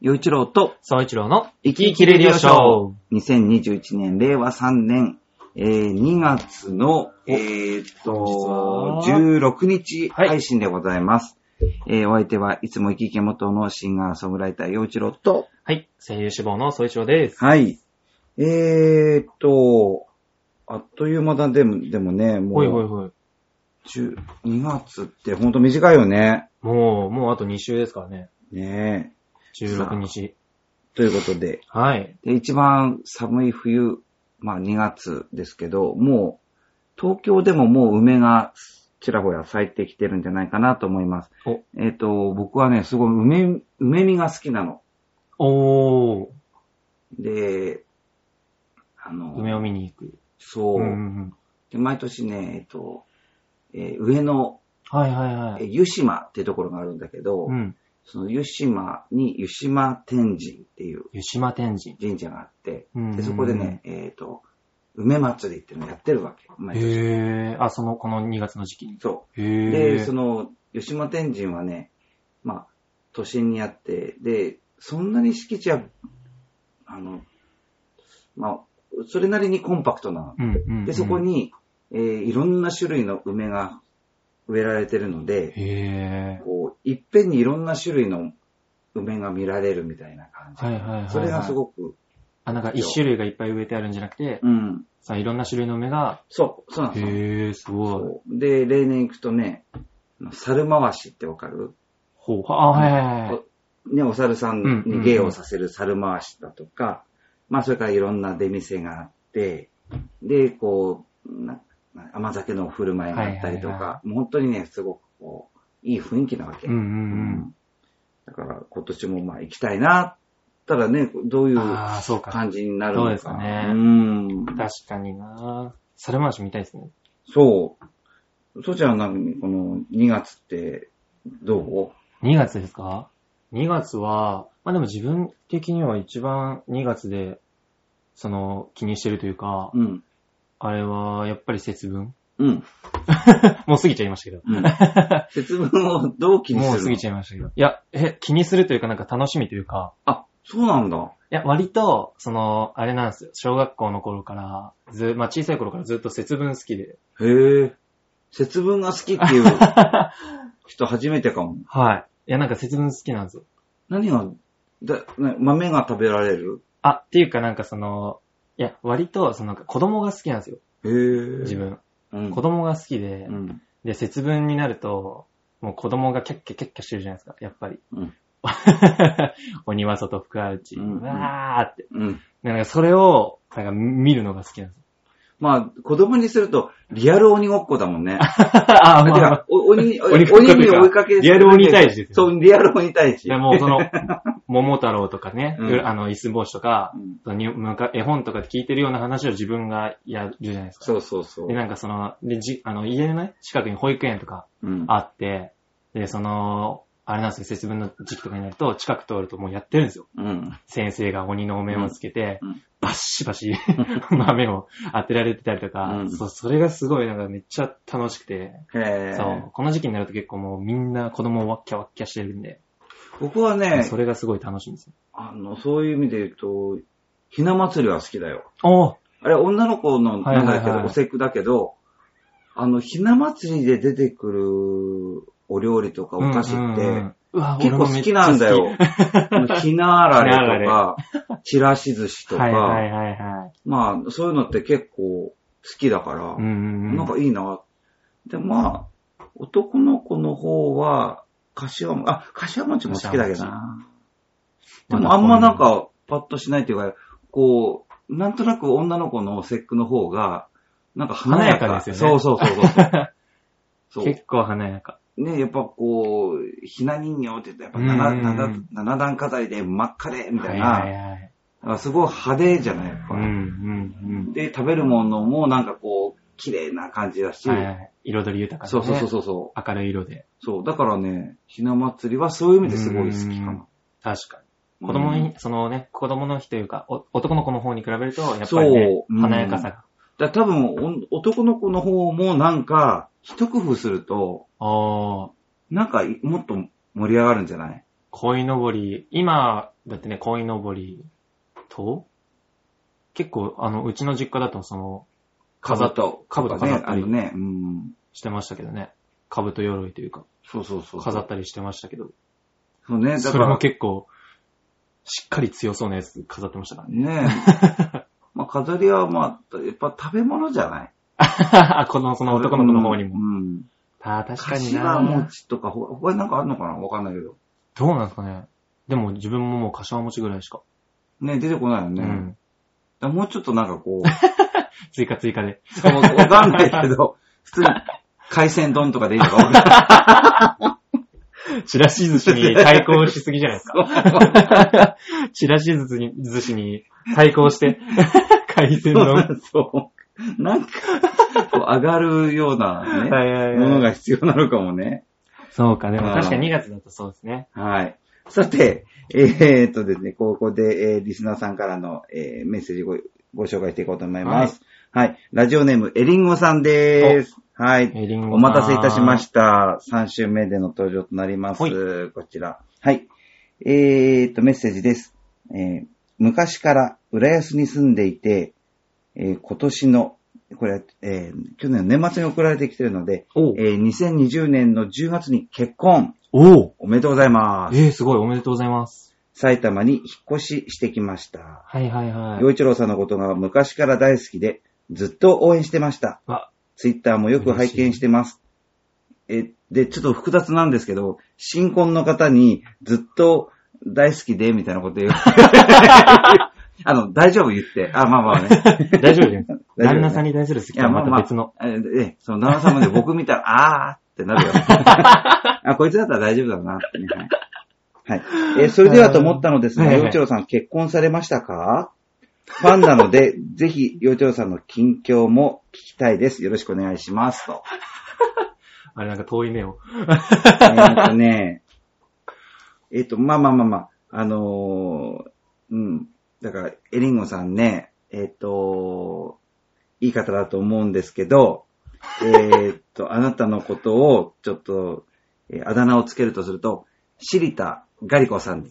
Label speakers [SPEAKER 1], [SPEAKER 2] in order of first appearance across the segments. [SPEAKER 1] 洋一郎と、
[SPEAKER 2] 総一郎の
[SPEAKER 1] 生き生きレディオショー。2021年、令和3年、えー、2月の、えー、っと、16日
[SPEAKER 2] はい
[SPEAKER 1] 配信でございます。えー、お相手はいつも生き生き元のシンガーソングライター洋一郎と、
[SPEAKER 2] はい。声優志望の総一郎です。
[SPEAKER 1] はい。えー、っと、あっという間だ、でも、でもね、も、
[SPEAKER 2] ほいほいうほい。
[SPEAKER 1] 10 2月ってほんと短いよね。
[SPEAKER 2] もう、もうあと2週ですからね。
[SPEAKER 1] ねえ。
[SPEAKER 2] 16日。
[SPEAKER 1] ということで、
[SPEAKER 2] はい。
[SPEAKER 1] で、一番寒い冬、まあ2月ですけど、もう、東京でももう梅がちらほら咲いてきてるんじゃないかなと思います。
[SPEAKER 2] お
[SPEAKER 1] えっ、と、僕はね、すごい梅、梅見が好きなの。
[SPEAKER 2] おー。
[SPEAKER 1] で、あの、
[SPEAKER 2] 梅を見に行く。
[SPEAKER 1] そう、
[SPEAKER 2] んんん
[SPEAKER 1] で、毎年ね、えっ、と、えー上の、
[SPEAKER 2] はいはいは
[SPEAKER 1] えー
[SPEAKER 2] い。
[SPEAKER 1] 湯島ってところがあるんだけど、
[SPEAKER 2] うん。
[SPEAKER 1] その湯島に湯島天神っていう
[SPEAKER 2] 湯島天神。
[SPEAKER 1] 神社があって、
[SPEAKER 2] うん
[SPEAKER 1] でそこでね、えっ、と、梅祭りっていうのをやってるわけ。毎年
[SPEAKER 2] へー。あ、その、この2月の時期に。
[SPEAKER 1] そ
[SPEAKER 2] へ
[SPEAKER 1] う。
[SPEAKER 2] ー。
[SPEAKER 1] で、その、吉間天神はね、まあ、都心にあって、で、そんなに敷地は、あの、まあ、それなりにコンパクトな
[SPEAKER 2] うんうんう
[SPEAKER 1] の。
[SPEAKER 2] ん。
[SPEAKER 1] で、そこ。に、えーいろんな種類の梅が植えられてるので、
[SPEAKER 2] へー。
[SPEAKER 1] こう、いっぺんにいろんな種類の梅が見られるみたいな感じ。
[SPEAKER 2] はいはいはいはい。
[SPEAKER 1] それがすごく、
[SPEAKER 2] あ、なんか一種類がいっぱい植えてあるんじゃなくて、
[SPEAKER 1] うん、
[SPEAKER 2] さあ、いろんな種類の梅が、
[SPEAKER 1] そう、そうなんですよ。
[SPEAKER 2] へー、すごい。
[SPEAKER 1] そうで、例年行くとね、猿回しってわかる
[SPEAKER 2] ほう。あ、はいはいはい。
[SPEAKER 1] ね、お猿さんに芸をさせる猿回しだとか、まあそれからいろんな出店があって、で、こう、な甘酒の振る舞いがあったりとか、
[SPEAKER 2] はいはいは
[SPEAKER 1] もう本当にね、すごくこう、いい雰囲気なわけ。
[SPEAKER 2] うんう
[SPEAKER 1] うん
[SPEAKER 2] うん。
[SPEAKER 1] んだから今年もまあ行きたいな、ただね、どういう
[SPEAKER 2] ああ、そうか。
[SPEAKER 1] 感じになるのか。
[SPEAKER 2] そうですね
[SPEAKER 1] うん。
[SPEAKER 2] 確かにな猿回し見たいですね。
[SPEAKER 1] そう。そちらなんかこの2月ってどう
[SPEAKER 2] 2月ですか ?2 月は、まあでも自分的には一番2月で、その、気にしてるというか、
[SPEAKER 1] うん。
[SPEAKER 2] あれは、やっぱり節分
[SPEAKER 1] うん。
[SPEAKER 2] もう過ぎちゃいましたけど。
[SPEAKER 1] うん、節分をどう気にする
[SPEAKER 2] も
[SPEAKER 1] の
[SPEAKER 2] う過ぎちゃいましたけど。いや、え、気にするというかなんか楽しみというか、
[SPEAKER 1] あ、そうなんだ。
[SPEAKER 2] いや、割と、その、あれなんですよ。小学校の頃から、ず、まあ小さい頃からずっと節分好きで。
[SPEAKER 1] へえ。節分が好きって いう人初めてかも。
[SPEAKER 2] はい。いや、なんか節分好きなんですよ。
[SPEAKER 1] 何が、だな豆が食べられる
[SPEAKER 2] あ、っていうかなんかその、いや、割と、その、子供が好きなんですよ。
[SPEAKER 1] へえ。
[SPEAKER 2] 自。分。
[SPEAKER 1] うん、
[SPEAKER 2] 子供が好きで
[SPEAKER 1] う、ん。
[SPEAKER 2] で、節分になると、もう子供がキャッキャキャッキャしてるじゃないですか、やっぱり。
[SPEAKER 1] うん
[SPEAKER 2] 鬼は外福は内、
[SPEAKER 1] うんうん
[SPEAKER 2] うわーって。
[SPEAKER 1] うん。
[SPEAKER 2] なんかそれを、なんか見るのが好きなんですよ。
[SPEAKER 1] まあ、子供にすると、リアル鬼ごっこだもんね。
[SPEAKER 2] あ、
[SPEAKER 1] あ
[SPEAKER 2] ま
[SPEAKER 1] て
[SPEAKER 2] あまあ
[SPEAKER 1] か、お鬼、
[SPEAKER 2] 鬼
[SPEAKER 1] 鬼
[SPEAKER 2] ごっこというか
[SPEAKER 1] に追いかけ
[SPEAKER 2] リアル鬼退治ですよ
[SPEAKER 1] そう、リアル鬼対治。
[SPEAKER 2] いやもうその、桃太郎とかね、
[SPEAKER 1] うん
[SPEAKER 2] あの、椅子帽子とか
[SPEAKER 1] う、ん
[SPEAKER 2] そのにむか絵本とかで聞いてるような話を自分がやるじゃないですか。
[SPEAKER 1] そうそうそう
[SPEAKER 2] で、。なんかその、で、じ、あの、家のね、近くに保育園とか
[SPEAKER 1] うん。
[SPEAKER 2] あって、で、その、あれなんですよ、節分の時期とかになると、近く通るともうやってるんですよ。
[SPEAKER 1] うん。
[SPEAKER 2] 先生が鬼のお面をつけて、
[SPEAKER 1] うんうん
[SPEAKER 2] バッシ バシ豆を当てられてたりとか、
[SPEAKER 1] うん
[SPEAKER 2] そうそれがすごいなんかめっちゃ楽しくて、
[SPEAKER 1] へえ。
[SPEAKER 2] そう、この時期になると結構もうみんな子供をワッキャワッキャしてるんで、
[SPEAKER 1] 僕はね
[SPEAKER 2] そ、れがすごい楽しいんですよ。
[SPEAKER 1] あの、そういう意味で言うと、ひな祭りは好きだよ。
[SPEAKER 2] おー
[SPEAKER 1] あれ、女の子の、
[SPEAKER 2] はい
[SPEAKER 1] な
[SPEAKER 2] はい
[SPEAKER 1] ん
[SPEAKER 2] はい
[SPEAKER 1] だけど、おせっくだけど、あの、ひな祭りで出てくるお料理とかお菓子
[SPEAKER 2] うん
[SPEAKER 1] っ
[SPEAKER 2] うんう
[SPEAKER 1] て、
[SPEAKER 2] んうわ
[SPEAKER 1] 結構好きなんだよ。ひなあられとか、ちらし寿司と
[SPEAKER 2] 俺もめ
[SPEAKER 1] か、
[SPEAKER 2] っちゃ好きはいはいはいはい。
[SPEAKER 1] まあ、そういうのって結構好きだから
[SPEAKER 2] うん、うんうん
[SPEAKER 1] なんかいいな。で、まあ、男の子の方は、柏餅、あ、柏餅も好きだけどな。でもあんまなん、か、パッとしないっていうか、こう、なんとなく女の子の節句の方が、なんか華やか。
[SPEAKER 2] 華やかですよね
[SPEAKER 1] そうそうそうそう。
[SPEAKER 2] ま
[SPEAKER 1] そ
[SPEAKER 2] た
[SPEAKER 1] う
[SPEAKER 2] 結構華やか。
[SPEAKER 1] ね、やっぱこう、ひな人形って言って、やっぱ
[SPEAKER 2] うん
[SPEAKER 1] 七七七段飾りで真っ赤で、みたい
[SPEAKER 2] は
[SPEAKER 1] な。
[SPEAKER 2] いはいはい。
[SPEAKER 1] なんかすごい派手じゃない、やっ
[SPEAKER 2] う
[SPEAKER 1] ぱ
[SPEAKER 2] んうん
[SPEAKER 1] で、食べるものもなんかこう、綺麗な感じだし
[SPEAKER 2] うん。、はいはい。彩り豊か
[SPEAKER 1] そう
[SPEAKER 2] なね
[SPEAKER 1] そうそうそうそ
[SPEAKER 2] 明るい色で。
[SPEAKER 1] う。そう、だからね、ひな祭りはそういう意味ですごい好きかな。
[SPEAKER 2] 確かに。子供
[SPEAKER 1] うん
[SPEAKER 2] に、そのね、子供の日というか、お男の子の方に比べると、やっぱりね
[SPEAKER 1] そ、ううん
[SPEAKER 2] 華やかさが。
[SPEAKER 1] だから多分、お男の子の方もなんか、一工夫すると、
[SPEAKER 2] あー
[SPEAKER 1] なんかいもっと盛り上がるんじゃない
[SPEAKER 2] 鯉のぼり、今、だってね、鯉のぼりと、結構、あの、うちの実家だと、その、飾っ
[SPEAKER 1] と
[SPEAKER 2] かぶと飾
[SPEAKER 1] ね
[SPEAKER 2] っ、た
[SPEAKER 1] あ
[SPEAKER 2] り
[SPEAKER 1] のね、うん。
[SPEAKER 2] してましたけどね。兜鎧というか、
[SPEAKER 1] そうそうそう。
[SPEAKER 2] 飾ったりしてましたけど、
[SPEAKER 1] そうね、だ
[SPEAKER 2] そ
[SPEAKER 1] か
[SPEAKER 2] れも
[SPEAKER 1] ら、
[SPEAKER 2] 結構、しっかり強そうなやつ飾ってましたからね。
[SPEAKER 1] ね まあ飾りは、まあ、やっぱ食べ物じゃない
[SPEAKER 2] あこの、その男の子の方に
[SPEAKER 1] うん。
[SPEAKER 2] も。
[SPEAKER 1] うん
[SPEAKER 2] ああ、確かに
[SPEAKER 1] 柏
[SPEAKER 2] な。
[SPEAKER 1] 餅とか、ほ他になんかあるのかなわかんないけど。
[SPEAKER 2] どうなんですかね。でも自分ももう柏餅ぐらいしか。
[SPEAKER 1] ね、出てこないよね。
[SPEAKER 2] う
[SPEAKER 1] だか
[SPEAKER 2] ん。
[SPEAKER 1] らもうちょっとなんかこう、
[SPEAKER 2] 追加追加で。
[SPEAKER 1] そのわかんないけど、 普通に海鮮丼とかでいいのかわかんない
[SPEAKER 2] チラシ寿司に対抗しすぎじゃないで すか。チラシ寿司に寿司に対抗して、海鮮丼。はい
[SPEAKER 1] そう。なんか、こう上がるようなね、
[SPEAKER 2] はい
[SPEAKER 1] もの
[SPEAKER 2] はい
[SPEAKER 1] が必要なのかもね。
[SPEAKER 2] そうか、でも
[SPEAKER 1] うん
[SPEAKER 2] 確かに2月だとそうですね。
[SPEAKER 1] はい。さて、えーっとですね、ここで、えーリスナーさんからの、えーメッセージごご紹介していこうと思います。はい。ラジオネーム、エリンゴさんです。はい。
[SPEAKER 2] えーリンゴ
[SPEAKER 1] お待たせいたしました。3週目での登場となります。
[SPEAKER 2] はい
[SPEAKER 1] こちら。はい。えーっと、メッセージです。えー昔から浦安に住んでいて、えー今年の、これ、えー去年の年末に送られてきてるので、
[SPEAKER 2] おう
[SPEAKER 1] えー2020年の10月に結婚。
[SPEAKER 2] おう
[SPEAKER 1] おめでとうございます。
[SPEAKER 2] えー、すごい、おめでとうございます。
[SPEAKER 1] 埼玉に引っ越ししてきました。
[SPEAKER 2] はいはいはい
[SPEAKER 1] 洋。一郎さんのことが昔から大好きで、ずっと応援してました。
[SPEAKER 2] あ、
[SPEAKER 1] ツイッターもよく拝見してます。え、で、ちょっと複雑なんですけど、新婚の方にずっと大好きで、みたいなこと 言う。あの、大丈夫言って。あ、まあまあ ね。
[SPEAKER 2] 大丈夫です。
[SPEAKER 1] 夫
[SPEAKER 2] 旦那さんに対する好きとはまた別の。
[SPEAKER 1] あええ、その旦那様で僕見たら、あー ってなる よ。あ、こいつだったら大丈夫だろうなってね、はい。はい。えーそれではと思ったのです
[SPEAKER 2] は
[SPEAKER 1] が、
[SPEAKER 2] いはい
[SPEAKER 1] 洋一郎さん結婚されましたかファンなので、ぜひ、洋一郎さんの近況も聞きたいです。よろしくお願いします。と。
[SPEAKER 2] あれなんか遠い目を。
[SPEAKER 1] えーっとね、えーっと、まあまあまあまあ、あのーうん。だから、エリンゴさんね、えーっと、いい方だと思うんですけど、えーっと、あなたのことを、ちょっと、えーあだ名をつけるとすると、シリタガリコさんで。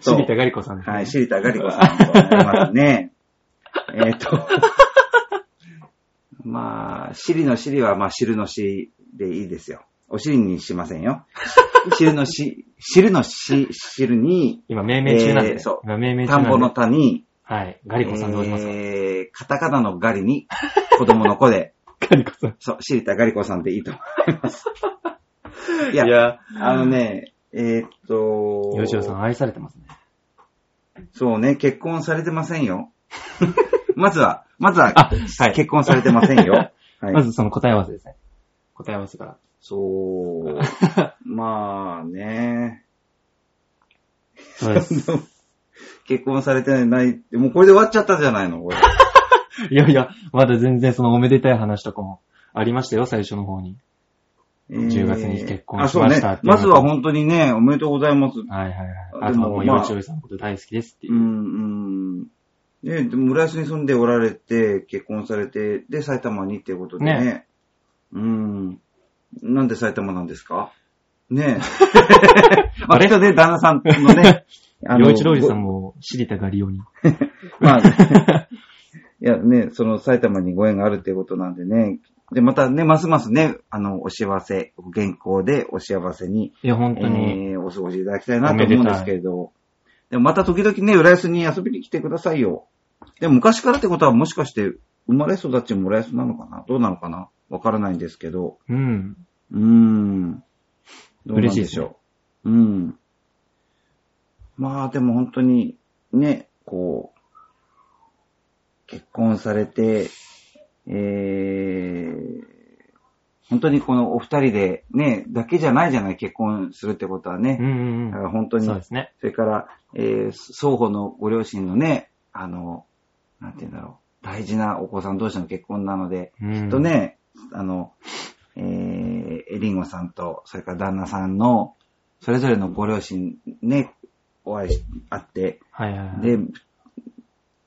[SPEAKER 1] そう
[SPEAKER 2] 杉田ガリコさんですね
[SPEAKER 1] はい、シリタガリコさんとなります ね。えーっと、 まあ、尻の尻は、まあ、汁の尻でいいですよ。お尻にしません よ。汁のし、汁のし、汁に、
[SPEAKER 2] 今命名中なんで。
[SPEAKER 1] えーそう
[SPEAKER 2] 今命名中
[SPEAKER 1] 田
[SPEAKER 2] なん
[SPEAKER 1] ん
[SPEAKER 2] で。
[SPEAKER 1] ぼの田に、
[SPEAKER 2] はい。ガリコさんどうしますか、
[SPEAKER 1] えー、カタカナのガリに、子供の子 で、
[SPEAKER 2] ガリコさん。
[SPEAKER 1] そう、知りたガリコさんでいいと思い ます。いや、
[SPEAKER 2] や、
[SPEAKER 1] あのね、えーっと、
[SPEAKER 2] 吉野さん愛されてますね。
[SPEAKER 1] そうね、結婚されてません よ。まずは、まずは、
[SPEAKER 2] あ、はい。
[SPEAKER 1] 結婚されてません よ。はい
[SPEAKER 2] まずその答え合わせですね。答え合わせから。
[SPEAKER 1] そう。まあね。
[SPEAKER 2] そうです。
[SPEAKER 1] 結婚されてないって、もうこれで終わっちゃったじゃないの、これ。
[SPEAKER 2] いやいや、まだ全然そのおめでたい話とかもありましたよ、最初の方に。10月に結婚しまし
[SPEAKER 1] あ
[SPEAKER 2] たって
[SPEAKER 1] そうね。ま
[SPEAKER 2] いうのと
[SPEAKER 1] ずは本当にね、おめでとうございます。
[SPEAKER 2] はいはいはい。
[SPEAKER 1] あ
[SPEAKER 2] あ
[SPEAKER 1] で
[SPEAKER 2] とは
[SPEAKER 1] も
[SPEAKER 2] もう、
[SPEAKER 1] まあ
[SPEAKER 2] よいちおいさんのこと大好きですっていうう。
[SPEAKER 1] ん、うん。ね、でも浦安に住んでおられて、結婚されて、で、埼玉にっていうことでね。うん。なんで埼玉なんですか ねえ。あれとね、旦那さんのね、
[SPEAKER 2] よいちろうじさん
[SPEAKER 1] も。
[SPEAKER 2] も知りたがりように。
[SPEAKER 1] まあ、 いやね、その埼玉にご縁があるっていうことなんでね。で、またね、ますますね、あの、お幸せ、ご健康でお幸せに、
[SPEAKER 2] いや、本当に。
[SPEAKER 1] えーお過ごしいただきたいなと思うんですけれど。でもまた時々ね、浦安に遊びに来てくださいよ。でも昔からってことはもしかして生まれ育ちも浦安なのかなどうなのかなわからないんですけど。
[SPEAKER 2] うん。
[SPEAKER 1] うーん。どうなんでしょう。うん。まあでも本当にね、こう、結婚されて、えー、本当にこのお二人でね、だけじゃないじゃない、結婚するってことは
[SPEAKER 2] う
[SPEAKER 1] ね。
[SPEAKER 2] んうん
[SPEAKER 1] だか
[SPEAKER 2] うん。
[SPEAKER 1] ら本当に
[SPEAKER 2] そうですね。
[SPEAKER 1] それから、えー双方のご両親のね、あの、なんて言うんだろう、大事なお子さん同士の結婚なので、
[SPEAKER 2] うん
[SPEAKER 1] きっとね、あの、えー、エリンゴさんと、それから旦那さんの、それぞれのご両親ね、お会いし、会って、
[SPEAKER 2] はいはいはい。
[SPEAKER 1] で、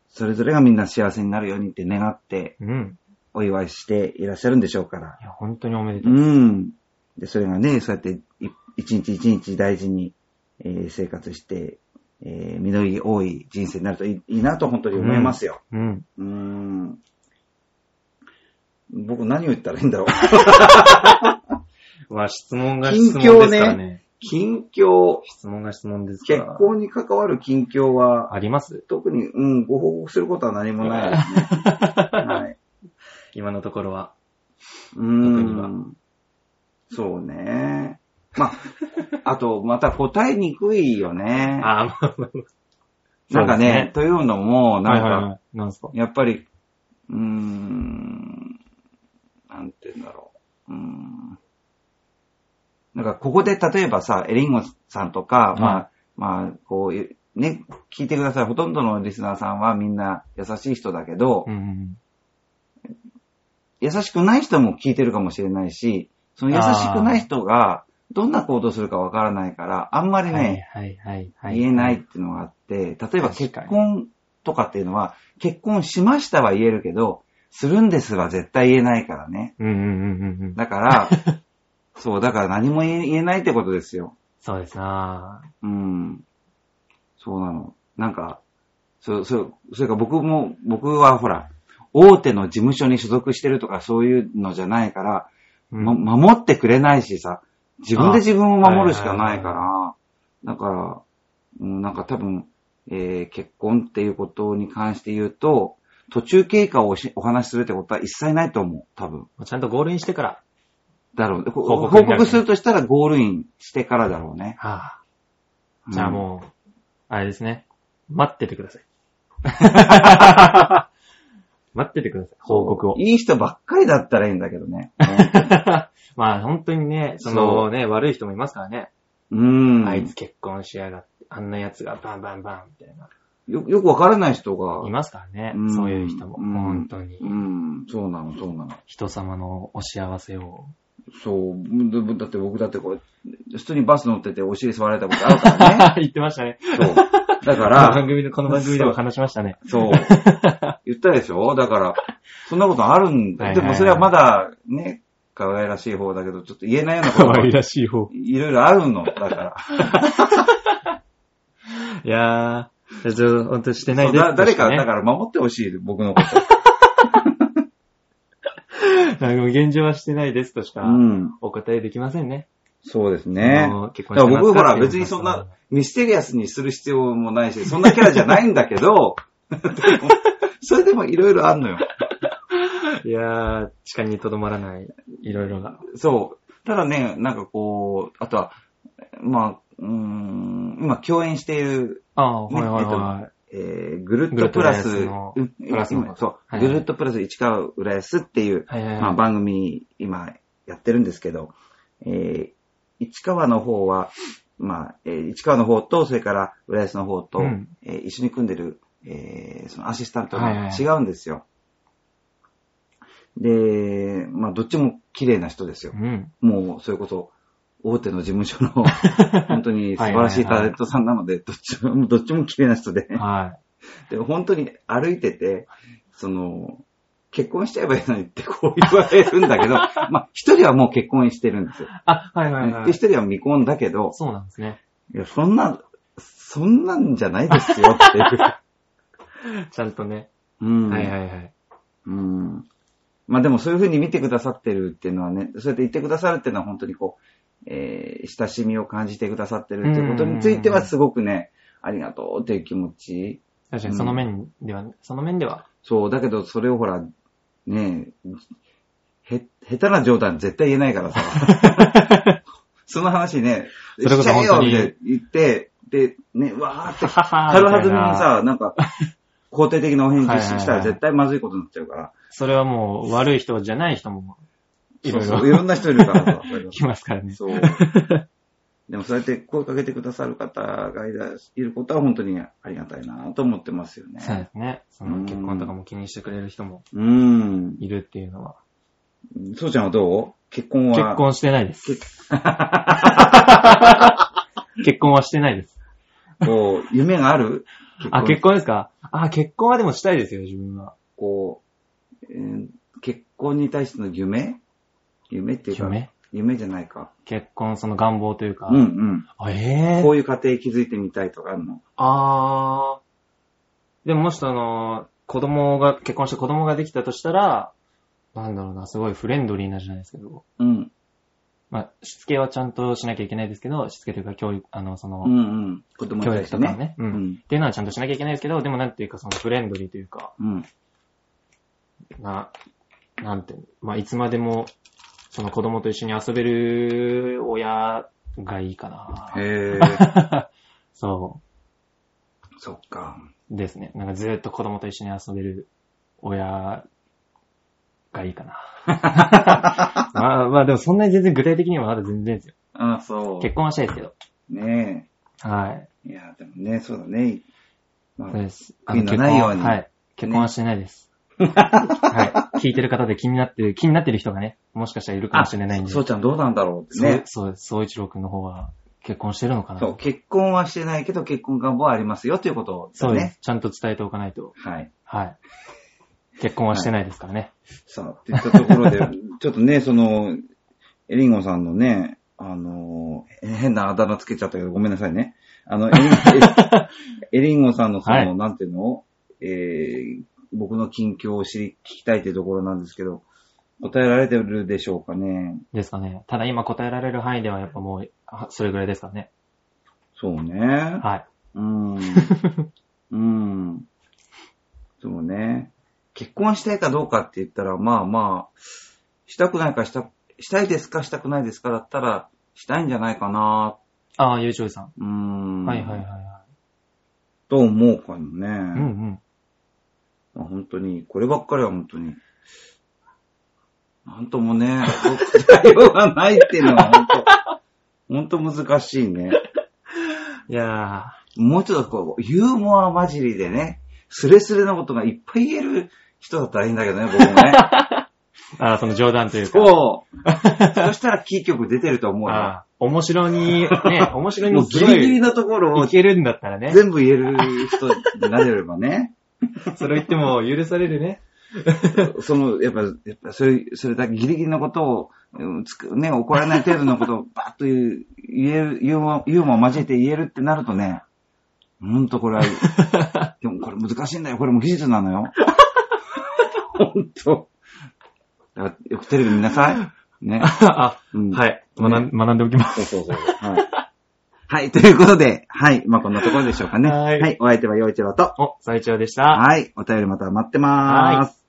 [SPEAKER 1] それぞれがみんな幸せになるようにって願って、
[SPEAKER 2] うん。
[SPEAKER 1] お祝いしていらっしゃるんでしょうから。
[SPEAKER 2] いや、本当におめで
[SPEAKER 1] う
[SPEAKER 2] たい。
[SPEAKER 1] ん。で、それがね、そうやってい一日一日大事に、えー生活して、えー実り多い人生になるといいいいなと本当に思いますよ。
[SPEAKER 2] うん。
[SPEAKER 1] うーん。僕何を言ったらいいん だろう。
[SPEAKER 2] まあ質問が質問ですからね。
[SPEAKER 1] 近況、
[SPEAKER 2] 質問が質問ですか
[SPEAKER 1] 結
[SPEAKER 2] ら。
[SPEAKER 1] 婚に関わる近況は、
[SPEAKER 2] あります
[SPEAKER 1] 特に、うん、ご報告することは何もないですね。 はい。
[SPEAKER 2] 今のところは。
[SPEAKER 1] うー
[SPEAKER 2] 特には
[SPEAKER 1] ん。そうね。まあ、あと、また答えにくいよね。
[SPEAKER 2] ああ、まあまあ
[SPEAKER 1] なんかね、
[SPEAKER 2] そ
[SPEAKER 1] というのも、
[SPEAKER 2] ま
[SPEAKER 1] な
[SPEAKER 2] あ。
[SPEAKER 1] んか、
[SPEAKER 2] はいはいはい。なんですか
[SPEAKER 1] やっぱり、うーん、なんて言うんだろう。うーん。なんか、ここで例えばさ、エリンゴさんとか、まあ、まあ、こういう、ね、聞いてください。ほとんどのリスナーさんはみんな優しい人だけど、
[SPEAKER 2] うんうん
[SPEAKER 1] 優しくない人も聞いてるかもしれないし、その優しくない人が、どんな行動するかわからないから、あんま
[SPEAKER 2] う
[SPEAKER 1] り
[SPEAKER 2] ん。
[SPEAKER 1] ね、
[SPEAKER 2] はいはいはいはい。
[SPEAKER 1] 言えないっていうのがあって、例えば結
[SPEAKER 2] 確かに
[SPEAKER 1] 婚とかっていうのは、結婚しましたは言えるけど、するんですは絶対言えないからね。
[SPEAKER 2] うんうんうんうんうん。
[SPEAKER 1] だ から、そう、だから何も言え言えないってことですよ。
[SPEAKER 2] そうですな
[SPEAKER 1] うん。そうなの。なんか、そう、そう、それから僕も、僕はほら、大手の事務所に所属してるとかそういうのじゃないから、
[SPEAKER 2] ぁ。
[SPEAKER 1] ま、守ってくれないしさ、自分で自分を守るしかないから、だから、うんなんか多分、えー結婚っていうことに関して言うと、途中経過をおしお話しするってことは一切ないと思う、多分。
[SPEAKER 2] もうちゃんとゴールインしてから。
[SPEAKER 1] だろう。でこ
[SPEAKER 2] 報
[SPEAKER 1] 報
[SPEAKER 2] 告になる
[SPEAKER 1] 告するとしたらゴールインしてからだろうね。
[SPEAKER 2] はあ、じゃあもう、あれですね。待っててくださ い。待っててください。報告を
[SPEAKER 1] うん。。いい人ばっかりだったらいいんだけど ね。
[SPEAKER 2] まあ本当にね、そ
[SPEAKER 1] そ
[SPEAKER 2] のね、悪い人もいますからね。
[SPEAKER 1] うん。
[SPEAKER 2] あいつ結婚しやがって、あんな奴がバンバンバンみたいな。
[SPEAKER 1] よ、よくわからない人が
[SPEAKER 2] い。ますからね
[SPEAKER 1] う。ん
[SPEAKER 2] そういう人も。
[SPEAKER 1] うん
[SPEAKER 2] 本当に
[SPEAKER 1] う。ん、そうなの、そうなの。
[SPEAKER 2] 人様のお幸せ を。
[SPEAKER 1] そう、だだって僕だってこう、普通にバス乗っててお尻触られたことあるから ね。
[SPEAKER 2] 言ってましたね。
[SPEAKER 1] そう。だか
[SPEAKER 2] この番
[SPEAKER 1] ら、
[SPEAKER 2] 組で、この番組でも話しましたね。
[SPEAKER 1] そう。言ったでしょだから、そんなことあるんだ。
[SPEAKER 2] はい
[SPEAKER 1] で
[SPEAKER 2] はいは
[SPEAKER 1] も
[SPEAKER 2] い
[SPEAKER 1] それはまだ、ね、可愛らしい方だけど、ちょっと言えないようなこ
[SPEAKER 2] 可
[SPEAKER 1] とが
[SPEAKER 2] 愛らしい方。
[SPEAKER 1] いろいろあるの。だから。
[SPEAKER 2] いやー、ちょっと本当して な
[SPEAKER 1] そ
[SPEAKER 2] いうで
[SPEAKER 1] だ誰か、
[SPEAKER 2] ね
[SPEAKER 1] だから守ってほしい、僕の こと。
[SPEAKER 2] なんか現状はしてないですとしか
[SPEAKER 1] うん。
[SPEAKER 2] お答えできませんね。
[SPEAKER 1] そうですね
[SPEAKER 2] あ。の結
[SPEAKER 1] だから
[SPEAKER 2] してます
[SPEAKER 1] 僕、ほら、
[SPEAKER 2] っていう
[SPEAKER 1] 別にそんな、ミステリアスにする必要もないし、そんなキャラじゃないんだけ ど、でもそれでもいろいろあるのよ。
[SPEAKER 2] いやー、地下にとどまらない、いろいろが。
[SPEAKER 1] そう。ただね、なんかこう、あとは、まあ、うーん、今共演している、
[SPEAKER 2] ああ、はい
[SPEAKER 1] ね
[SPEAKER 2] はいはい。
[SPEAKER 1] えー、ぐるっとプラス、
[SPEAKER 2] ぐるっと浦安の
[SPEAKER 1] うん
[SPEAKER 2] プラスの
[SPEAKER 1] 今そう、
[SPEAKER 2] はい
[SPEAKER 1] ぐるっとプラス市川浦安っていう、
[SPEAKER 2] はいはいはい。
[SPEAKER 1] まあ、番組今やってるんですけど、えー、市川の方は、まあ、えー市川の方と、それから浦安の方と、
[SPEAKER 2] うん
[SPEAKER 1] えー一緒に組んでる、えー、そのアシスタント
[SPEAKER 2] はいはい
[SPEAKER 1] が
[SPEAKER 2] はい
[SPEAKER 1] 違うんですよ。で、まあ、どっちも綺麗な人ですよ。
[SPEAKER 2] うん。
[SPEAKER 1] もう、それこそ、大手の事務所の、本当に素晴らしいタレントさんなので、どっちも、 どっちも綺麗な人で、
[SPEAKER 2] は
[SPEAKER 1] で本当に歩いてて、その、結婚しちゃえばいいのにってこう言われるんだけど、まあ、一人はもう結婚してるんですよ
[SPEAKER 2] い。。あ、はいはいは
[SPEAKER 1] で、
[SPEAKER 2] い。
[SPEAKER 1] 一人は未婚だけど、
[SPEAKER 2] そうなんですね。
[SPEAKER 1] いや、そんな、そんなんじゃないですよっていう。
[SPEAKER 2] ちゃんとね。
[SPEAKER 1] うん。
[SPEAKER 2] はいはいはい。
[SPEAKER 1] うん。まあでもそういうふうに見てくださってるっていうのはね、そうやって言ってくださるっていうのは本当にこう、えー、親しみを感じてくださってるっていうことについてはすごくね、ありがとうっていう気持ち。
[SPEAKER 2] 確かにその面では、その面では。
[SPEAKER 1] そう、だけどそれをほら、ねえ、へ、下手な冗談絶対言えないからさ。 その話ね、
[SPEAKER 2] それこ
[SPEAKER 1] しち
[SPEAKER 2] そ
[SPEAKER 1] ゃえ
[SPEAKER 2] 本
[SPEAKER 1] よっ
[SPEAKER 2] 当に
[SPEAKER 1] て言って、で、ね、わーって
[SPEAKER 2] はは
[SPEAKER 1] 軽はずみに
[SPEAKER 2] みたいな
[SPEAKER 1] さ、なんか、肯定的なお返事し
[SPEAKER 2] は
[SPEAKER 1] た
[SPEAKER 2] いはい
[SPEAKER 1] ら
[SPEAKER 2] はい
[SPEAKER 1] 絶対まずいことになっちゃうから。
[SPEAKER 2] それはもう悪い人じゃない人もいろい
[SPEAKER 1] そう
[SPEAKER 2] ろ
[SPEAKER 1] そういろんな人いるからさ。それが
[SPEAKER 2] 来ますからね。
[SPEAKER 1] そう。でもそうやって声かけてくださる方がいらいることは本当にありがたいなと思ってますよ
[SPEAKER 2] そうで
[SPEAKER 1] ね。
[SPEAKER 2] すね。その結婚とかも気にしてくれる人も
[SPEAKER 1] うん。
[SPEAKER 2] いるっていうのは。
[SPEAKER 1] そうちゃんはどう結婚は
[SPEAKER 2] 結婚してないです。 結婚はしてないです。
[SPEAKER 1] こう、夢がある
[SPEAKER 2] あ、結婚ですかあ、結婚はでもしたいですよ、自分は。
[SPEAKER 1] こう、えー結婚に対しての夢夢っていうか、
[SPEAKER 2] 夢
[SPEAKER 1] 夢じゃないか。
[SPEAKER 2] 結婚、その願望というか。
[SPEAKER 1] うんうん。
[SPEAKER 2] あ、ええ
[SPEAKER 1] こういう家庭築いてみたいとかあるの。
[SPEAKER 2] あー。でももしその、子供が、結婚して子供ができたとしたら、なんだろうな、すごいフレンドリーなじゃないですけど、
[SPEAKER 1] うん。
[SPEAKER 2] まあ、しつけはちゃんとしなきゃいけないですけど、しつけというか教育、あの、その、
[SPEAKER 1] うんうん。子供に
[SPEAKER 2] 教
[SPEAKER 1] 対
[SPEAKER 2] 育
[SPEAKER 1] して
[SPEAKER 2] とか
[SPEAKER 1] ね。
[SPEAKER 2] ね。う。
[SPEAKER 1] うん
[SPEAKER 2] っ
[SPEAKER 1] ん。
[SPEAKER 2] ていうのはちゃんとしなきゃいけないですけど、でもなんていうかそのフレンドリーというか、
[SPEAKER 1] うん。
[SPEAKER 2] な、なんていうの、まあ、いつまでも、その子供と一緒に遊べる親がいいかな。
[SPEAKER 1] へ え。
[SPEAKER 2] そう。
[SPEAKER 1] そっか。
[SPEAKER 2] ですね。なんかずーっと子供と一緒に遊べる親がいい かな。まあまあでもそんなに全然具体的にはまだ全然ですよ。
[SPEAKER 1] ああ、そ
[SPEAKER 2] 結婚はしたいですけど。
[SPEAKER 1] う。ね
[SPEAKER 2] はい。
[SPEAKER 1] え。いや、でもね、そうだね。まあ
[SPEAKER 2] そうです。
[SPEAKER 1] 悔いのないように
[SPEAKER 2] はい。結婚はしてない です。はい。聞いてる方で気になってる、気になってる人がね、もしかしたらいるかもしれないんで。
[SPEAKER 1] そうちゃんどうなんだろうって
[SPEAKER 2] そう
[SPEAKER 1] ね、。
[SPEAKER 2] そう、そう一郎くんの方は結婚してるのかな。
[SPEAKER 1] そう、結婚はしてないけど、結婚願望はありますよということだ
[SPEAKER 2] そうです
[SPEAKER 1] ね。
[SPEAKER 2] ちゃんと伝えておかないと。
[SPEAKER 1] はい。
[SPEAKER 2] はい。結婚はしてないですからね。
[SPEAKER 1] さあ、っていったところで、 ちょっとね、その、エリンゴさんのね、あの、え変なあだ名つけちゃったけど、ごめんなさいね。あの、エ リンエリンゴさんのその、
[SPEAKER 2] はい
[SPEAKER 1] なんていうのえー、僕の近況を知り、聞きたいというところなんですけど、答えられてるでしょうかね。
[SPEAKER 2] ですかね。ただ今答えられる範囲ではやっぱもう、あそれぐらいですからね。
[SPEAKER 1] そうね。
[SPEAKER 2] はい。
[SPEAKER 1] うん。うん。そうね。結婚したいかどうかって言ったら、まあまあ、したくないかした、したいですかしたくないですかだったら、したいんじゃないかな、
[SPEAKER 2] ああ、ゆうちょいさん。
[SPEAKER 1] うん。
[SPEAKER 2] はいはいはい。は
[SPEAKER 1] と思うかもね。
[SPEAKER 2] い。うんうん。
[SPEAKER 1] まあ本当に、こればっかりは本当に。なんともね、 答えようがないっていうのは本当、本当難しいね。
[SPEAKER 2] いや
[SPEAKER 1] もうちょっとこう、ユーモア混じりでね、スレスレなことがいっぱい言える人だったらいいんだけどね、僕もね。
[SPEAKER 2] ー。ああ、その冗談というか。
[SPEAKER 1] そう。 そしたらキー局出てると思うよ。
[SPEAKER 2] ああ、面 白に、ね、面白
[SPEAKER 1] も
[SPEAKER 2] に
[SPEAKER 1] う
[SPEAKER 2] す
[SPEAKER 1] ギ
[SPEAKER 2] ご
[SPEAKER 1] リギリ
[SPEAKER 2] い、
[SPEAKER 1] のところを
[SPEAKER 2] いけるんだったらね。
[SPEAKER 1] 全部言える人になれればね。
[SPEAKER 2] それを言っても許され るね。
[SPEAKER 1] その、やっぱ、やっぱそれ、それだけギリギリのことを、うんつくね、怒らない程度のことを バッと言う言える、ユーモア、ユーモア交えて言えるってなるとね、ほんとこれは、 でもこれ難しいんだよ。これも技術なのよ。 ほんと。だからよくテレビ見なさい。ね。
[SPEAKER 2] あ、
[SPEAKER 1] うん
[SPEAKER 2] はい。学ん学んでおきます。
[SPEAKER 1] そうそうそう。はい。はい、ということで、はい、まあこんなところでしょうかね。
[SPEAKER 2] はい
[SPEAKER 1] お相手は陽一郎と。
[SPEAKER 2] お、最長でした。
[SPEAKER 1] はい、お便りまた待ってまーす。